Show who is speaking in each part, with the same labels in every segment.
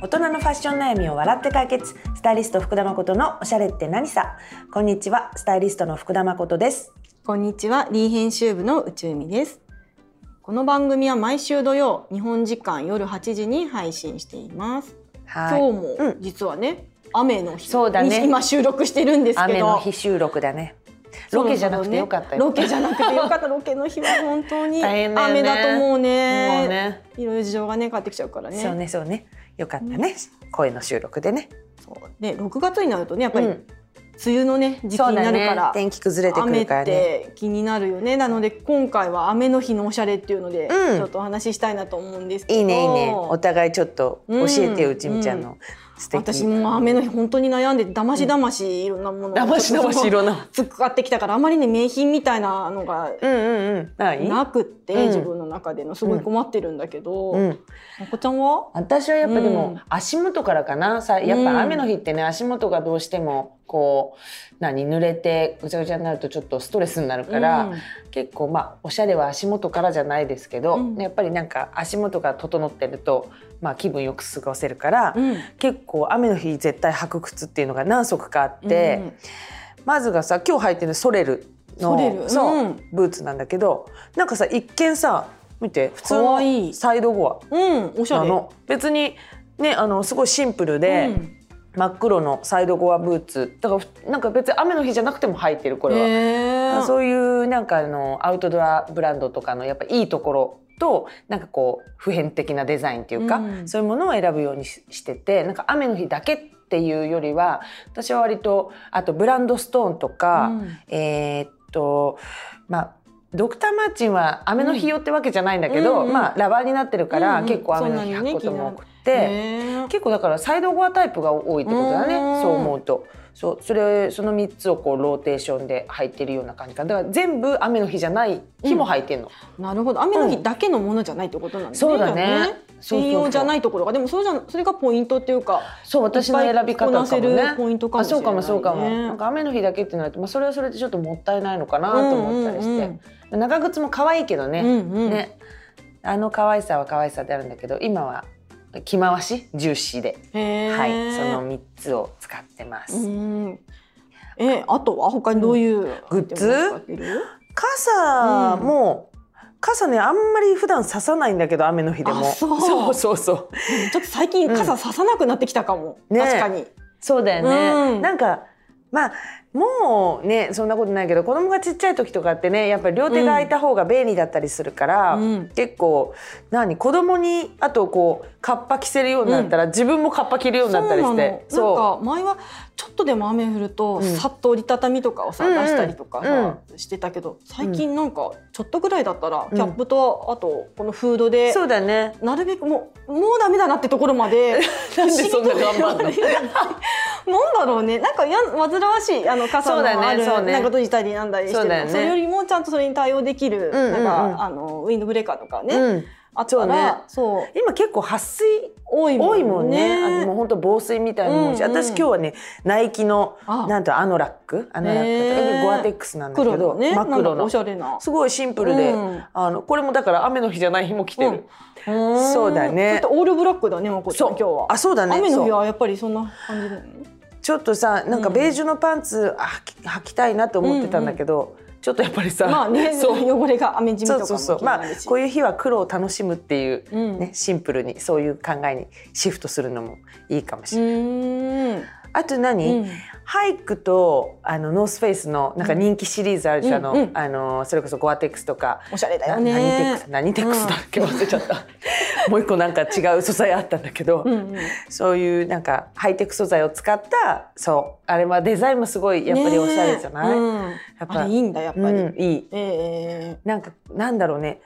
Speaker 1: 人のファッション悩みを笑って解決スタイリスト福田誠のおしゃれって何さこんにちはスタイリストの福田誠です
Speaker 2: こんにちは、リー編集部の宇宙美です。この番組は毎週土曜、日本時間夜8時に配信しています。
Speaker 1: は
Speaker 2: 今日も、
Speaker 1: うん
Speaker 2: 実はね、雨の日
Speaker 1: そうだね
Speaker 2: に今収録してるんで
Speaker 1: い
Speaker 2: すけど、
Speaker 1: 雨の日収録だねロケじゃなくてよかったよ、
Speaker 2: そろそろねロケじゃなくてよかった。ロケの日は本当に
Speaker 1: 大変だよね
Speaker 2: 雨だともうね。
Speaker 1: もうね
Speaker 2: いろいろ事情がね、変わってきちゃうからね。
Speaker 1: そうねそうねよかったね、声の収録でね
Speaker 2: そうで、6月になるとね、やっぱり
Speaker 1: う
Speaker 2: 梅
Speaker 1: ん
Speaker 2: 雨のね、時期になるから。
Speaker 1: 天気崩れてくるからね
Speaker 2: 雨って気になるよねなので今回は雨の日のおしゃれっていうので、
Speaker 1: うん
Speaker 2: ちょっとお話ししたいなと思うんですけど
Speaker 1: いいねいいねお互いちょっと教えてよ、
Speaker 2: うん
Speaker 1: ちみちゃんの素敵
Speaker 2: 私もう雨の日本当に悩んでだましだましいろんなものを
Speaker 1: だましだましいろんな
Speaker 2: ちょっと使ってきたからあまりね名品みたいなのが
Speaker 1: うんうんうんない
Speaker 2: なくって、
Speaker 1: うん
Speaker 2: 自分の中でのすごい困ってるんだけど、
Speaker 1: うん
Speaker 2: まこちゃんは
Speaker 1: 私はやっぱで
Speaker 2: う
Speaker 1: も
Speaker 2: ん
Speaker 1: 足元からかなさやっぱ雨の日ってね足元がどうしてもこう何濡れてぐちゃぐちゃになるとちょっとストレスになるから、
Speaker 2: うん
Speaker 1: 結構まあおしゃれは足元からじゃないですけど、
Speaker 2: うん
Speaker 1: やっぱりなんか足元が整ってると、まあ、気分よく過ごせるから、
Speaker 2: うん
Speaker 1: 結構雨の日絶対履く靴っていうのが何足かあって。
Speaker 2: うん
Speaker 1: まずがさ今日履いてるソレルの
Speaker 2: ソレル
Speaker 1: そう、
Speaker 2: うん
Speaker 1: ブーツなんだけどなんかさ一見さ見て普通
Speaker 2: かわい
Speaker 1: の
Speaker 2: い
Speaker 1: サイドゴ
Speaker 2: うん、おし
Speaker 1: ア
Speaker 2: ゃ
Speaker 1: な
Speaker 2: れ
Speaker 1: の別にねあのすごいシンプルで、
Speaker 2: うん
Speaker 1: 真っ黒のサイドゴアブーツだからふなんか別に雨の日じゃなくても履いてるこれは。
Speaker 2: へー
Speaker 1: そういうなんかあのアウトドアブランドとかのやっぱいいところとなんかこう普遍的なデザインっていうか、
Speaker 2: うん
Speaker 1: そういうものを選ぶようにししててなんか雨の日だけっていうよりは私は割とあとブランドストーンとか、
Speaker 2: うん
Speaker 1: えーっとまあドクターマーチンは雨の日用ってわけじゃないんだけど、
Speaker 2: うんうん
Speaker 1: まあラバーになってるから、
Speaker 2: うんうん
Speaker 1: 結構雨の日履くことも多くて、
Speaker 2: へー
Speaker 1: 結構だからサイドゴアタイプが多いってことだね
Speaker 2: うん
Speaker 1: そう思うとそうそれその3つをこうローテーションで履いてるような感じかなだから全部雨の日じゃない日も履いてんの、
Speaker 2: なるほど雨の日だけのものじゃないってことなんですね。
Speaker 1: そうだね
Speaker 2: じゃあ
Speaker 1: そうそうそう
Speaker 2: 専用じゃないところがでもそうじゃそれがポイントっていうか
Speaker 1: そう私の選び方かも
Speaker 2: いっぱいこなせ
Speaker 1: ね
Speaker 2: るポイントかもしれないね
Speaker 1: あそうかもそうかもなんか雨の日だけってなると、まあ、それはそれでちょっともったいないのかなと思ったりして、
Speaker 2: うんうん
Speaker 1: 長靴も可愛いけどね、
Speaker 2: うんうん
Speaker 1: ねあの可愛さは可愛さであるんだけど今は着回し重視で、
Speaker 2: へー
Speaker 1: はいその3つを使ってます。
Speaker 2: うんえあとは他にどういう
Speaker 1: グッズ
Speaker 2: アイテムを使ってる
Speaker 1: 傘
Speaker 2: うん
Speaker 1: も、傘ねあんまり普段刺さないんだけど雨の日でも
Speaker 2: あそう
Speaker 1: そうそうそう
Speaker 2: ちょっと最近傘ささなくなってきたかも、
Speaker 1: ね
Speaker 2: 確かに。
Speaker 1: そうだよね、
Speaker 2: うん
Speaker 1: なんかまあもうねそんなことないけど子供がちっちゃい時とかってねやっぱり両手が空いた方が便利だったりするから、
Speaker 2: うん
Speaker 1: 結構何子供にあとこうカッパ着せるようになったら、自分もカッパ着るようになったり
Speaker 2: な
Speaker 1: し
Speaker 2: の
Speaker 1: て
Speaker 2: なんか前はちょっとでも雨降ると、
Speaker 1: うん
Speaker 2: さっと折りたたみとかをさ、
Speaker 1: うんうん
Speaker 2: 出したりとかさ、してたけど最近なんかちょっとぐらいだったら、
Speaker 1: うん
Speaker 2: キャップとあとこのフードで
Speaker 1: そうだね
Speaker 2: なるべくもうもうダメだなってところまで
Speaker 1: なんでそんな頑張んの
Speaker 2: 不思議とねなんだろうねなんかや煩わしいあの傘
Speaker 1: そう
Speaker 2: の
Speaker 1: だね
Speaker 2: ある、
Speaker 1: そうね
Speaker 2: なんか閉じたりなんだりして
Speaker 1: そ
Speaker 2: る
Speaker 1: う
Speaker 2: の
Speaker 1: だ
Speaker 2: そ,、
Speaker 1: よね
Speaker 2: れよりもちゃんとそれに対応できる、
Speaker 1: うんうんうん
Speaker 2: なんかあのウィンドブレーカーとかね、
Speaker 1: うん、
Speaker 2: あったらそう,、
Speaker 1: 今結構撥水
Speaker 2: 多いもんね
Speaker 1: 多いもんね。あのもう本当防水みたいなもんし、
Speaker 2: うんうん
Speaker 1: 私今日はねナイキの
Speaker 2: あ
Speaker 1: なんとアノラック、アノラックと
Speaker 2: へ
Speaker 1: か
Speaker 2: ー
Speaker 1: ゴアテックスなんだけ
Speaker 2: 黒
Speaker 1: ど、
Speaker 2: のね
Speaker 1: 真っ黒
Speaker 2: なんか
Speaker 1: の
Speaker 2: おしゃれな
Speaker 1: すごいシンプルで、
Speaker 2: うん
Speaker 1: あのこれもだから雨の日じゃない日も着てる。そうだね
Speaker 2: だってオールブラックだねまこちゃん
Speaker 1: そう
Speaker 2: 今日は
Speaker 1: あそうだね。
Speaker 2: 雨の日
Speaker 1: そう
Speaker 2: はやっぱりそんな感じだよね
Speaker 1: ちょっとさなんかベージュのパンツ、あ履き履きたいなと思ってたんだけど、ちょっとやっぱりさ、
Speaker 2: まあね
Speaker 1: そう
Speaker 2: 汚れが雨じみ
Speaker 1: そ
Speaker 2: とか
Speaker 1: う
Speaker 2: も
Speaker 1: そうそう
Speaker 2: 気に
Speaker 1: まあ
Speaker 2: なるし
Speaker 1: こういう日は黒を楽しむっていう、
Speaker 2: うん
Speaker 1: ねシンプルにそういう考えにシフトするのもいいかもしれない。
Speaker 2: うん
Speaker 1: あと何、
Speaker 2: うん
Speaker 1: ハイクとあのノースフェイスのなんか人気シリーズあるでしょ、
Speaker 2: うん
Speaker 1: あの,、
Speaker 2: うん
Speaker 1: あのそれこそゴアテックスとか。
Speaker 2: おしゃれだ
Speaker 1: な
Speaker 2: よ
Speaker 1: 何
Speaker 2: ね
Speaker 1: テックス何テックスだっけ忘れちゃったもう一個なんか違う素材あったんだけど、
Speaker 2: うんうん
Speaker 1: そういうなんかハイテク素材を使ったそうあれはデザインもすごいやっぱりおしゃれじゃない、
Speaker 2: ねえ
Speaker 1: うん
Speaker 2: うん
Speaker 1: っぱ
Speaker 2: あれいいんだやっぱり、
Speaker 1: いい
Speaker 2: え
Speaker 1: なんかなんだろうね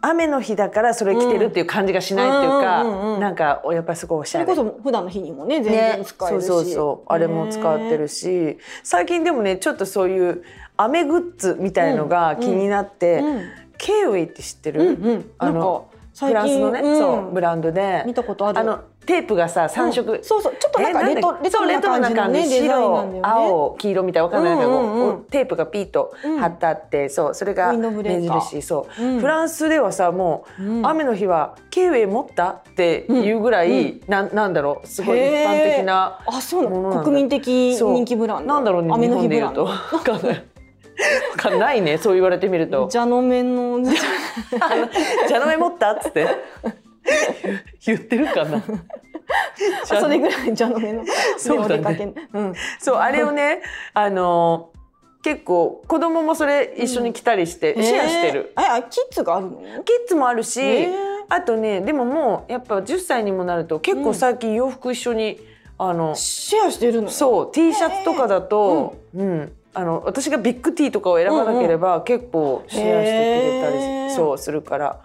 Speaker 1: 雨の日だからそれ着てるっていう感じがしないっていうか、
Speaker 2: うんうんうんうん
Speaker 1: なんかやっぱりすごいおし
Speaker 2: そ
Speaker 1: ゃ
Speaker 2: れ
Speaker 1: れ
Speaker 2: こそ普段の日にもね全然使えるし、
Speaker 1: そうそうそうあれも使ってる
Speaker 2: し、
Speaker 1: し、最近でもねちょっとそういう雨グッズみたいのが気になって、
Speaker 2: うん
Speaker 1: ケイウェイって知ってる、
Speaker 2: うんうん、
Speaker 1: あ
Speaker 2: なん
Speaker 1: の
Speaker 2: か
Speaker 1: フ
Speaker 2: 最
Speaker 1: ランス
Speaker 2: 近
Speaker 1: のね、
Speaker 2: うん
Speaker 1: そうブランドで
Speaker 2: 見たことある
Speaker 1: あのテープがさ3色、
Speaker 2: うんそうそうちょっとなんか
Speaker 1: えー
Speaker 2: レト,、
Speaker 1: だ
Speaker 2: レトロな感じのねデザインなんだよね
Speaker 1: 白青黄色みたいなわかんないけど、
Speaker 2: うんうんうん
Speaker 1: こうテープがピーと貼ってあって、そうそれが
Speaker 2: ウィンドブレ
Speaker 1: 目
Speaker 2: ーカー
Speaker 1: 印そう、
Speaker 2: うん
Speaker 1: フランスではさもう、
Speaker 2: うん
Speaker 1: 雨の日はキウイ持ったっていうぐらい、なんなんだろうすごい一般的な
Speaker 2: あそうな
Speaker 1: ものなん
Speaker 2: の
Speaker 1: だ
Speaker 2: 国民的
Speaker 1: そう
Speaker 2: 人気ブランド
Speaker 1: なんだろうね
Speaker 2: 雨
Speaker 1: 日
Speaker 2: の日
Speaker 1: 本で
Speaker 2: ブ
Speaker 1: 言
Speaker 2: ラ
Speaker 1: う
Speaker 2: ン
Speaker 1: と
Speaker 2: ド
Speaker 1: わかんないわかんないねそう言われてみると
Speaker 2: 蛇の 面の
Speaker 1: 「じゃのめ持った?」っつって言ってるか な
Speaker 2: あそれぐらい蛇の面の
Speaker 1: そうだね
Speaker 2: でお出かけうん
Speaker 1: そうあれをねあの結構子供もそれ一緒に来たりして、シェアしてる、
Speaker 2: えーああキッズがあるの
Speaker 1: キッズもあるし、
Speaker 2: えー
Speaker 1: あとねでももうやっぱ10歳にもなると結構最近洋服一緒に、あの
Speaker 2: シェアしてるの
Speaker 1: そう T シャツとかだと、うんあの私がビッグ T とかを選ばなければ、結構シェアしてくれたり
Speaker 2: へー
Speaker 1: すそうするから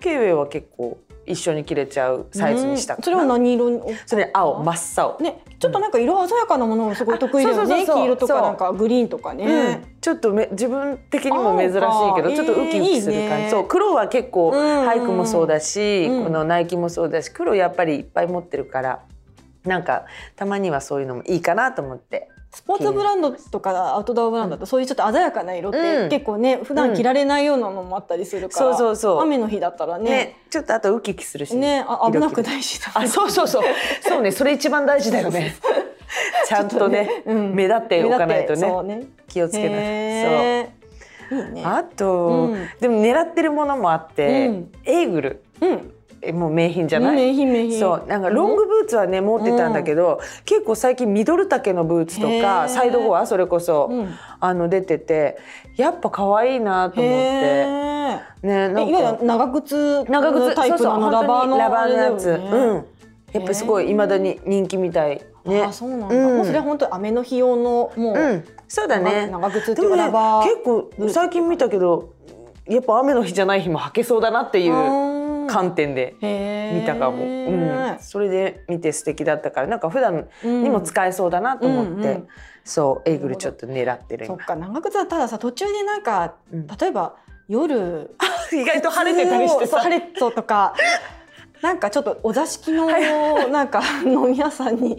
Speaker 1: ケイウェイは結構一緒に着れちゃうサイズにしたか
Speaker 2: うん
Speaker 1: な
Speaker 2: それは何色に
Speaker 1: それ青真っ青、
Speaker 2: ねちょっとなんか色鮮やかなものがすごい得意だよ
Speaker 1: あそうそ
Speaker 2: ね
Speaker 1: うそうそう
Speaker 2: 黄色とかなんかグリーンとか
Speaker 1: う
Speaker 2: ね
Speaker 1: ん、ちょっとめ自分的にも珍しいけど、
Speaker 2: 青か
Speaker 1: ちょっとウキウキする感じ、
Speaker 2: えーいいね
Speaker 1: そう黒は結構
Speaker 2: うんうん
Speaker 1: 俳句もそうだし、
Speaker 2: うん
Speaker 1: このナイキもそうだし黒やっぱりいっぱい持ってるからなんかたまにはそういうのもいいかなと思って
Speaker 2: スポーツブランドとかアウトドアブランドだとそういうちょっと鮮やかな色って結構ね普段着られないようなのもあったりするから、
Speaker 1: うんそうそうそう
Speaker 2: 雨の日だったら
Speaker 1: ね
Speaker 2: ね
Speaker 1: ちょっとあとウキウキするし
Speaker 2: ねあ危なく
Speaker 1: い
Speaker 2: ないし
Speaker 1: あそうそうそうそうねそれ一番大事だよ ねちゃんとね
Speaker 2: うん
Speaker 1: 目立っておかないと
Speaker 2: 目立って
Speaker 1: ね
Speaker 2: そうね
Speaker 1: 気をつけないとそう
Speaker 2: へーいいね
Speaker 1: あと、
Speaker 2: うん
Speaker 1: でも狙ってるものもあって、
Speaker 2: うん
Speaker 1: エーグル
Speaker 2: うん
Speaker 1: えもう名品じゃない、
Speaker 2: 名品名品
Speaker 1: そうなんかロングブーツはね持ってたんだけど、結構最近ミドル丈のブーツと
Speaker 2: へー
Speaker 1: かサイドゴアそれこそ、
Speaker 2: うん
Speaker 1: あの出ててやっぱ可愛いなと思っ
Speaker 2: へ
Speaker 1: て
Speaker 2: ー
Speaker 1: ねなん
Speaker 2: えいわゆ
Speaker 1: か
Speaker 2: る長靴
Speaker 1: 長靴
Speaker 2: タイプ
Speaker 1: そうそう
Speaker 2: のあのラバー
Speaker 1: 本当
Speaker 2: の
Speaker 1: にラバーのやつ、
Speaker 2: あれだよね
Speaker 1: うんやっぱすごい未だに人気みたいね
Speaker 2: あそうなんだ、
Speaker 1: うん
Speaker 2: もうそれは本当雨の日用のもう、
Speaker 1: うんそうだね
Speaker 2: 長靴って
Speaker 1: で
Speaker 2: いう
Speaker 1: も
Speaker 2: か
Speaker 1: ね
Speaker 2: ラバー、
Speaker 1: 結構最近見たけどやっぱ雨の日じゃない日も履けそうだなっていう
Speaker 2: 構
Speaker 1: 観点で見たかも、うん、それで見て素敵だったからなんか普段にも使えそうだなと思って、
Speaker 2: うんうん
Speaker 1: そうエーグルちょっと狙ってる
Speaker 2: そっ
Speaker 1: 今
Speaker 2: か長靴はたださ途中でなんか、
Speaker 1: うん
Speaker 2: 例えば夜
Speaker 1: 意外と晴れてたりして
Speaker 2: そう
Speaker 1: さ
Speaker 2: 晴れそうとか。 なんかちょっとお座敷のなんか飲み屋さん に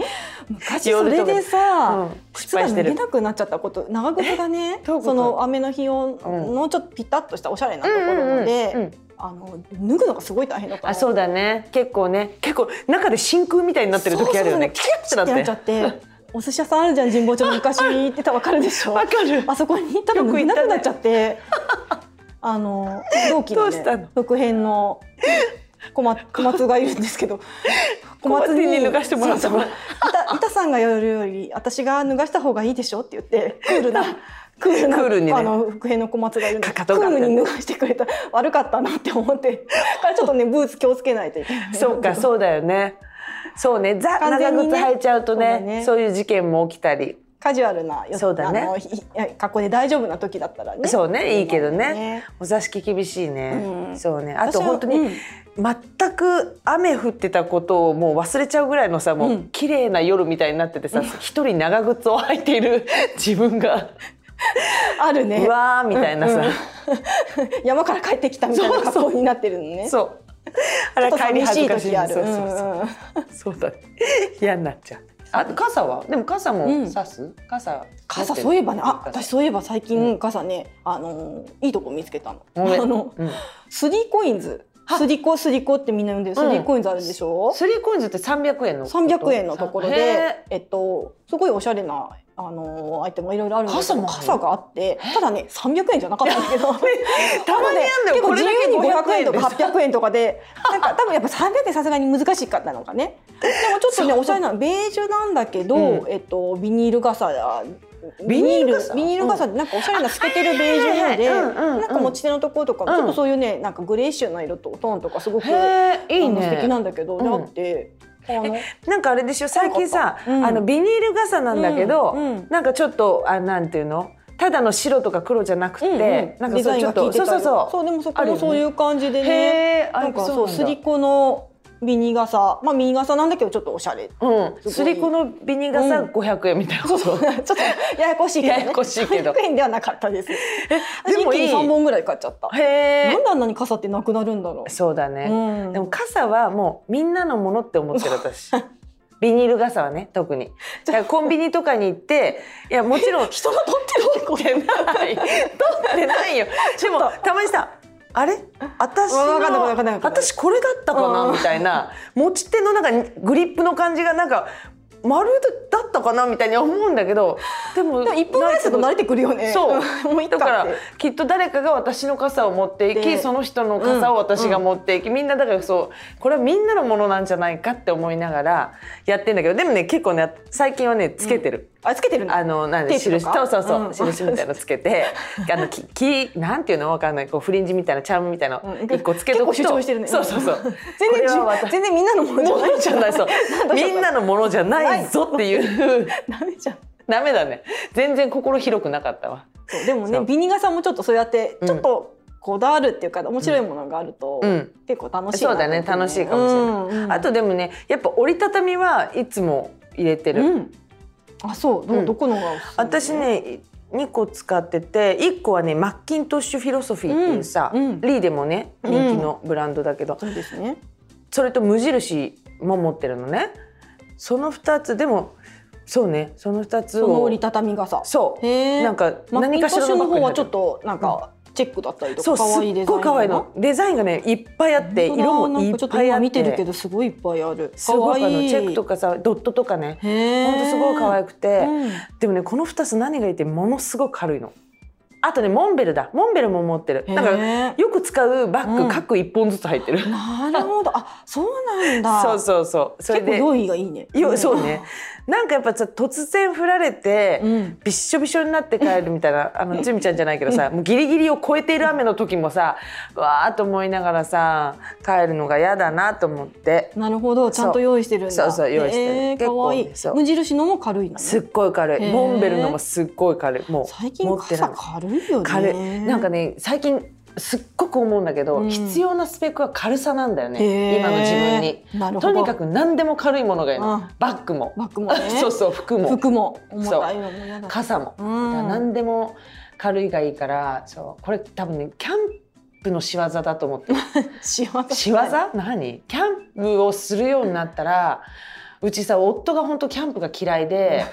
Speaker 2: 昔それで
Speaker 1: う
Speaker 2: さ
Speaker 1: ん
Speaker 2: 靴
Speaker 1: 失
Speaker 2: が
Speaker 1: 敗し
Speaker 2: 脱
Speaker 1: て
Speaker 2: げ
Speaker 1: る
Speaker 2: なくなっちゃったこと長靴がね
Speaker 1: どういうこと
Speaker 2: その雨の日用のちょっとピタッとしたおしゃれなところので、
Speaker 1: うんうんうんうん
Speaker 2: あの脱ぐのがすごい大変だったの
Speaker 1: あそうだね結構ね結構中で真空みたいになってる時あるよねキ
Speaker 2: そう
Speaker 1: ュ
Speaker 2: そう
Speaker 1: ッ
Speaker 2: そう
Speaker 1: て
Speaker 2: キュ
Speaker 1: なって
Speaker 2: ッなっちゃってお寿司屋さんあるじゃん神保町の昔行ってたらわかるでしょ
Speaker 1: わかる
Speaker 2: あそこに行ったら
Speaker 1: よ
Speaker 2: 脱
Speaker 1: く行
Speaker 2: げ
Speaker 1: っ
Speaker 2: な
Speaker 1: たね
Speaker 2: くなっちゃってあの同期の,、
Speaker 1: どう
Speaker 2: ね
Speaker 1: したの、
Speaker 2: 復編の小松小松がいるんですけど
Speaker 1: 小
Speaker 2: 小
Speaker 1: 松に脱がしてもらった
Speaker 2: そうそう板板さんがやるより私が脱がした方がいいでしょって言ってクールな。クールな
Speaker 1: クールにね
Speaker 2: あの復編の小松がいるんで
Speaker 1: かか
Speaker 2: ク
Speaker 1: とが
Speaker 2: ールに脱がしてくれた悪かったなって思ってだからちょっとねブーツ気をつけないといけない
Speaker 1: そうかそうだよねそうねザ
Speaker 2: 完全
Speaker 1: 長
Speaker 2: に
Speaker 1: 靴
Speaker 2: ね
Speaker 1: 履いちゃうとね
Speaker 2: そうだね
Speaker 1: そういう事件も起きたり
Speaker 2: カジュアルなよ
Speaker 1: そうだね
Speaker 2: あのひ格好で大丈夫な時だったらね。
Speaker 1: そうねいいけどね
Speaker 2: ね
Speaker 1: お座敷厳しいね、
Speaker 2: うん
Speaker 1: そうねあと
Speaker 2: 私は
Speaker 1: 本当に、
Speaker 2: うん
Speaker 1: 全く雨降ってたことをもう忘れちゃうぐらいのさも
Speaker 2: う
Speaker 1: うん綺麗な夜みたいになっててさ一、人長靴を履いている 自分が
Speaker 2: あるね
Speaker 1: う。わーみたいなさ、
Speaker 2: 山から帰ってきたみたいな格好になってるの ね。
Speaker 1: そうあれ
Speaker 2: ちょっと
Speaker 1: 帰り
Speaker 2: 寂し
Speaker 1: 恥ず
Speaker 2: い
Speaker 1: かしい
Speaker 2: 時ある。
Speaker 1: そうそうそう
Speaker 2: うんうん
Speaker 1: そうだね 嫌になっちゃうあと傘はでも傘も差す、傘
Speaker 2: 傘そういえばね、あ、私
Speaker 1: 私
Speaker 2: そういえば最近傘ね、あのーいいとこ見つけたの。あの
Speaker 1: うん、
Speaker 2: スリーコインズ、スリコスリコってみんな呼んでるスリーコインズあるでしょ。
Speaker 1: スリーコインズって300円のこと
Speaker 2: 300円のところで
Speaker 1: へ、
Speaker 2: えっと、すごいおしゃれな、あのーアイテムがいろいろあるんですけ
Speaker 1: 傘
Speaker 2: ど
Speaker 1: もある
Speaker 2: 傘があってただね300円じゃなかったんだ けど
Speaker 1: たまにあんだよ
Speaker 2: 結構
Speaker 1: これ
Speaker 2: 自
Speaker 1: だ
Speaker 2: 由
Speaker 1: け
Speaker 2: に500
Speaker 1: 500
Speaker 2: 円
Speaker 1: 円
Speaker 2: と
Speaker 1: で
Speaker 2: か800円とかで なんか多分やっぱ300円さすがに難しかったのかねでもちょっとねおしゃれなベージュなんだけど、
Speaker 1: う
Speaker 2: えっと、ビニール傘だ
Speaker 1: ビニール傘
Speaker 2: ビニール傘でなんかおしゃれな透けてるベージュなので
Speaker 1: あはいはいはいうんうんうん
Speaker 2: なんか持ち手のところとかも
Speaker 1: うん
Speaker 2: ちょっとそういうねなんかグレーシュな色とトーンとかすごく
Speaker 1: へえいい
Speaker 2: あの素敵
Speaker 1: ね
Speaker 2: なんだけど、
Speaker 1: うん
Speaker 2: であって。あの
Speaker 1: なんかあれでしょ最近さ、
Speaker 2: うん
Speaker 1: あのビニール傘なんだけど、
Speaker 2: うんうん
Speaker 1: なんかちょっとあなんていうのただの白とか黒じゃなくて、
Speaker 2: うんうん
Speaker 1: なんかそ
Speaker 2: デザ
Speaker 1: う
Speaker 2: イン
Speaker 1: ちょ
Speaker 2: が
Speaker 1: っ
Speaker 2: 効
Speaker 1: と
Speaker 2: いてた
Speaker 1: そう
Speaker 2: り
Speaker 1: そうそう
Speaker 2: そうでもそこ
Speaker 1: あるよ
Speaker 2: も
Speaker 1: ね
Speaker 2: そういう感じでね
Speaker 1: へえあ
Speaker 2: なんかそう
Speaker 1: なん
Speaker 2: す
Speaker 1: だ
Speaker 2: りこのビニ傘まあミニ傘なんだけどちょっとおし ゃれ
Speaker 1: うん、
Speaker 2: す
Speaker 1: す
Speaker 2: ごい
Speaker 1: りこのビニ傘
Speaker 2: うん
Speaker 1: 500円みたいな
Speaker 2: ちょ
Speaker 1: こ
Speaker 2: っ
Speaker 1: と、
Speaker 2: とややこしいけど、ね、
Speaker 1: ややこしいけど
Speaker 2: 500円ではなかったです
Speaker 1: でもいい
Speaker 2: 一気に3本ぐらい買っちゃった
Speaker 1: へ
Speaker 2: な
Speaker 1: え
Speaker 2: んであんなに傘ってなくなるんだ ろ
Speaker 1: そうだ
Speaker 2: う、
Speaker 1: ね、
Speaker 2: うん、
Speaker 1: でも傘はもうみんなのものって思ってる 私ビニール傘はね特にだからコンビニとかに行っていやもちろん
Speaker 2: 人が取ってるのこ
Speaker 1: 取
Speaker 2: れ
Speaker 1: ってないよでもたまにさあれ私の
Speaker 2: わかんないわかんないわかんない
Speaker 1: 私これだったか
Speaker 2: う
Speaker 1: なんみたいな持ち手のなんかグリップの感じがなんか丸だったかなみたいに思うんだけどでも
Speaker 2: でも1本ぐらいすると慣れてくるよね
Speaker 1: そ
Speaker 2: もういっ
Speaker 1: だか
Speaker 2: から
Speaker 1: きっと誰かが私の傘を持っていき
Speaker 2: で
Speaker 1: その人の傘を私が持っていき、みんなだからそうこれはみんなのものなんじゃないかって思いながらやってんだけどでもね結構ね最近はねつけてる。
Speaker 2: あつけてるんだ
Speaker 1: あのなん
Speaker 2: テ
Speaker 1: で
Speaker 2: ープと
Speaker 1: 印そ
Speaker 2: か
Speaker 1: うそうそう、
Speaker 2: うん
Speaker 1: 印みたいのつけてあのききなんていうのわかんないこうフリンジみたいなチャームみたいなの
Speaker 2: うん
Speaker 1: 一個つけとくと、
Speaker 2: 結構主張してるね
Speaker 1: そうそうそう
Speaker 2: 全
Speaker 1: これ
Speaker 2: 然
Speaker 1: は
Speaker 2: じゅ
Speaker 1: 私
Speaker 2: 全然みんなのものじゃ
Speaker 1: も
Speaker 2: ない
Speaker 1: のじゃないそうみんなのものじゃないぞっていう
Speaker 2: ダメじゃん
Speaker 1: ダメだね全然心広くなかったわ
Speaker 2: そうでもね
Speaker 1: そう
Speaker 2: ビニ傘もちょっとそうやって
Speaker 1: うん
Speaker 2: ちょっとこだわるっていうか、面白いものがあると、
Speaker 1: うん
Speaker 2: 結構楽しいな
Speaker 1: そうだね
Speaker 2: と思
Speaker 1: 楽しいかもしれない、
Speaker 2: うんうん
Speaker 1: あとでもねやっぱ折りたたみはいつも入れてる、
Speaker 2: うんあそうど,、う
Speaker 1: うん
Speaker 2: どこのがおす
Speaker 1: 私
Speaker 2: すめ
Speaker 1: ね2個使ってて1個はねマッキントッシュフィロソフィーっていうさ、
Speaker 2: うんうん
Speaker 1: リーでもね人気のブランドだけど、
Speaker 2: そうですね
Speaker 1: それと無印も持ってるのねその2つでもそうねその2つ
Speaker 2: その折り
Speaker 1: を
Speaker 2: たたみ傘
Speaker 1: そう
Speaker 2: へえ
Speaker 1: なんか
Speaker 2: マッ
Speaker 1: 何
Speaker 2: キン
Speaker 1: か
Speaker 2: トッ
Speaker 1: しら
Speaker 2: シュの
Speaker 1: のバッグに入
Speaker 2: 方は
Speaker 1: って
Speaker 2: ちょ
Speaker 1: る
Speaker 2: っとなんかチェックだったりと
Speaker 1: そ
Speaker 2: か
Speaker 1: うす
Speaker 2: 可愛い
Speaker 1: っ
Speaker 2: デザイン
Speaker 1: ごい可愛いのデザインがねいっぱいあって
Speaker 2: 本当だ
Speaker 1: 色もい
Speaker 2: なんかちょ
Speaker 1: っ
Speaker 2: っと
Speaker 1: ぱいあ
Speaker 2: 今
Speaker 1: って
Speaker 2: 見てるけどすごいいっぱいある
Speaker 1: す
Speaker 2: 可
Speaker 1: ごいあの
Speaker 2: 愛い
Speaker 1: チェックとかさドットとかね
Speaker 2: へ
Speaker 1: 本当すごい可愛
Speaker 2: く
Speaker 1: くて、でもねこの2つ何がいいってものすごく軽いのあとねモンベルだモンベルも持ってるだから
Speaker 2: ら
Speaker 1: よく使うバッ
Speaker 2: う
Speaker 1: グ
Speaker 2: ん
Speaker 1: 各1本ずつ入ってる、
Speaker 2: なるほどあそうなんだ
Speaker 1: そうそうそうそれ
Speaker 2: 結構
Speaker 1: で
Speaker 2: 用意がいいね
Speaker 1: よそうねなんかやっぱさ突然振られて、
Speaker 2: うん
Speaker 1: びっしょびしょになって帰るみたい なあのちみちゃんじゃないけどさもうギリギリを超えている雨の時もさわーっと思いながらさ帰るのが嫌だなと思って
Speaker 2: なるほどちゃんと用意してるんだ
Speaker 1: そうそう用意してる
Speaker 2: えー
Speaker 1: 結構
Speaker 2: 可愛
Speaker 1: ね
Speaker 2: い
Speaker 1: そう
Speaker 2: 無印のも軽いのね
Speaker 1: すっごい軽
Speaker 2: へ
Speaker 1: い
Speaker 2: ー
Speaker 1: モンベルのもすっごい軽いもう
Speaker 2: 最近
Speaker 1: 持ってな
Speaker 2: 傘
Speaker 1: い
Speaker 2: 軽いよね
Speaker 1: 軽い、なんかね最近すっごく思うんだけど、
Speaker 2: うん
Speaker 1: 必要なスペックは軽さなんだよ
Speaker 2: へ
Speaker 1: ね
Speaker 2: ー
Speaker 1: 今の自分に
Speaker 2: なるほ
Speaker 1: と
Speaker 2: ど
Speaker 1: にかく何でも軽いものがいいの、
Speaker 2: うん
Speaker 1: バッグも
Speaker 2: バッグもね
Speaker 1: そうそう服も
Speaker 2: 服も重たいのも嫌だ
Speaker 1: 傘も、だ
Speaker 2: う
Speaker 1: から
Speaker 2: ん
Speaker 1: 何でも軽いがいいからそうこれ多分ねキャンプの仕業だと思ってる
Speaker 2: 仕業
Speaker 1: 仕業何キャンプをするようになったらうちさ夫が本当キャンプが嫌い で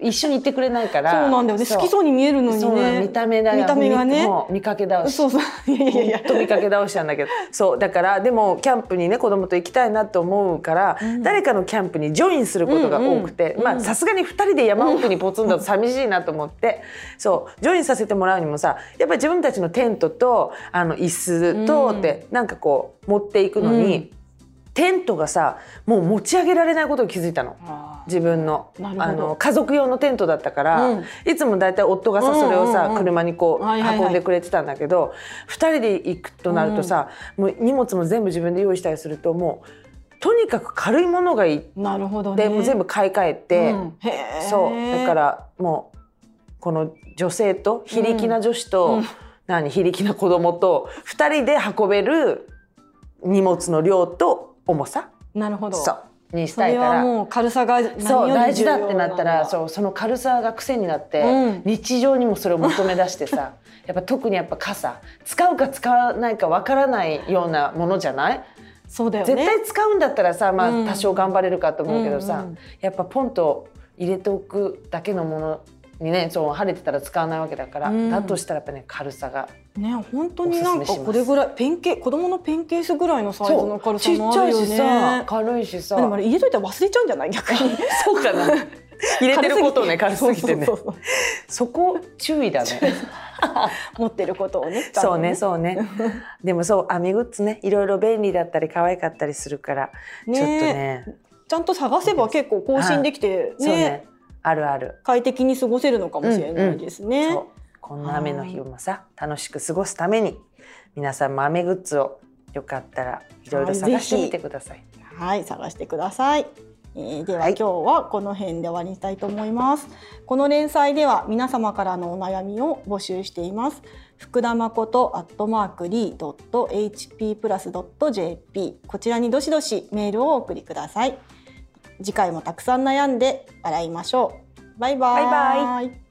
Speaker 1: 一緒に行ってくれないから
Speaker 2: そうなんだよね好きそうに見えるのに
Speaker 1: そうなの
Speaker 2: ね
Speaker 1: 見た目だよ
Speaker 2: 見た目がね
Speaker 1: もう見かけ倒し
Speaker 2: そうそういやいやいや
Speaker 1: ほんと見かけ倒しちゃうんだけどそうだからでもキャンプにね子供と行きたいなと思うから、
Speaker 2: うん
Speaker 1: 誰かのキャンプにジョインすることが多くて、
Speaker 2: うんうん
Speaker 1: ま
Speaker 2: う
Speaker 1: あ
Speaker 2: ん
Speaker 1: さすがに2人で山奥にポツンだと寂しいなと思って、そうジョインさせてもらうにもさやっぱり自分たちのテントとあの椅子と
Speaker 2: うん
Speaker 1: って、なんかこう持っていくのに、
Speaker 2: うん
Speaker 1: テントがさもう持ち上げられないことに気づいたの。
Speaker 2: あー
Speaker 1: 自分の
Speaker 2: なるほど
Speaker 1: あの家族用のテントだったから、
Speaker 2: うん
Speaker 1: いつも大体夫がさそれをさ、
Speaker 2: うんうんうん
Speaker 1: 車にこう
Speaker 2: はいはいはい
Speaker 1: 運んでくれてたんだけど、二2人で行くとなるとさ、もう荷物も全部自分で用意したりするともうとにかく軽いものがいい
Speaker 2: なるほどね
Speaker 1: で、もう全部買い替えて、
Speaker 2: うんへー
Speaker 1: そうだからもうこの女性と非力な女子と、
Speaker 2: うんうん
Speaker 1: 何非力な子供と2人で運べる荷物の量と重さ
Speaker 2: なるほど
Speaker 1: そうにし
Speaker 2: そ
Speaker 1: たい
Speaker 2: れ
Speaker 1: から
Speaker 2: は。もう軽さが何より
Speaker 1: そう大事だっ
Speaker 2: 重
Speaker 1: て
Speaker 2: 要
Speaker 1: なったら
Speaker 2: う
Speaker 1: そうその軽さが癖になって、
Speaker 2: うん
Speaker 1: 日常にもそれを求め出して さやっぱ特にやっぱ傘使うか使わないかわからないようなものじゃない、
Speaker 2: そうだよね
Speaker 1: 絶対使うんだったらさ、まあ
Speaker 2: うん
Speaker 1: 多少頑張れるかと思うけどさ、
Speaker 2: うんうん
Speaker 1: やっぱポンと入れておくだけのものにねそう晴れてたら使わないわけだから、
Speaker 2: うん
Speaker 1: だとしたらやっぱね軽さが
Speaker 2: ね本当になん
Speaker 1: お
Speaker 2: か
Speaker 1: すすめします
Speaker 2: これぐらいペンケー子供のペンケースぐらいのサイズの軽さ
Speaker 1: ちっ
Speaker 2: も
Speaker 1: ち
Speaker 2: あ
Speaker 1: ゃ
Speaker 2: る
Speaker 1: い
Speaker 2: よ
Speaker 1: しさ
Speaker 2: ね。
Speaker 1: 軽いしさ
Speaker 2: でもあれ入れといたら忘れちゃうんじゃない逆に
Speaker 1: そうかな入れてることをね軽すぎてね
Speaker 2: そうそうそう
Speaker 1: そこ注意だ ね。
Speaker 2: 持ってることをね
Speaker 1: そうねそうねでもそう編みグッズねいろいろ便利だったり可愛かったりするから、
Speaker 2: ね
Speaker 1: ちょっとね
Speaker 2: ちゃんと探せば結構更新できて
Speaker 1: そう
Speaker 2: ね
Speaker 1: ねあるある、
Speaker 2: 快適に過ごせるのかもしれないですね、
Speaker 1: そうこんな雨の日もさ楽しく過ごすために皆さんも雨グッズをよかったらいろいろ探してみてください。
Speaker 2: はい探してくださいえーでは、
Speaker 1: はい
Speaker 2: 今日はこの辺で終わりにしたいと思いますこの連載では皆様からのお悩みを募集しています福田誠アットマークリー .hp プラス .jp こちらにどしどしメールをお送りください次回もたくさん悩んで笑いましょうバイバイ
Speaker 1: バイ
Speaker 2: イ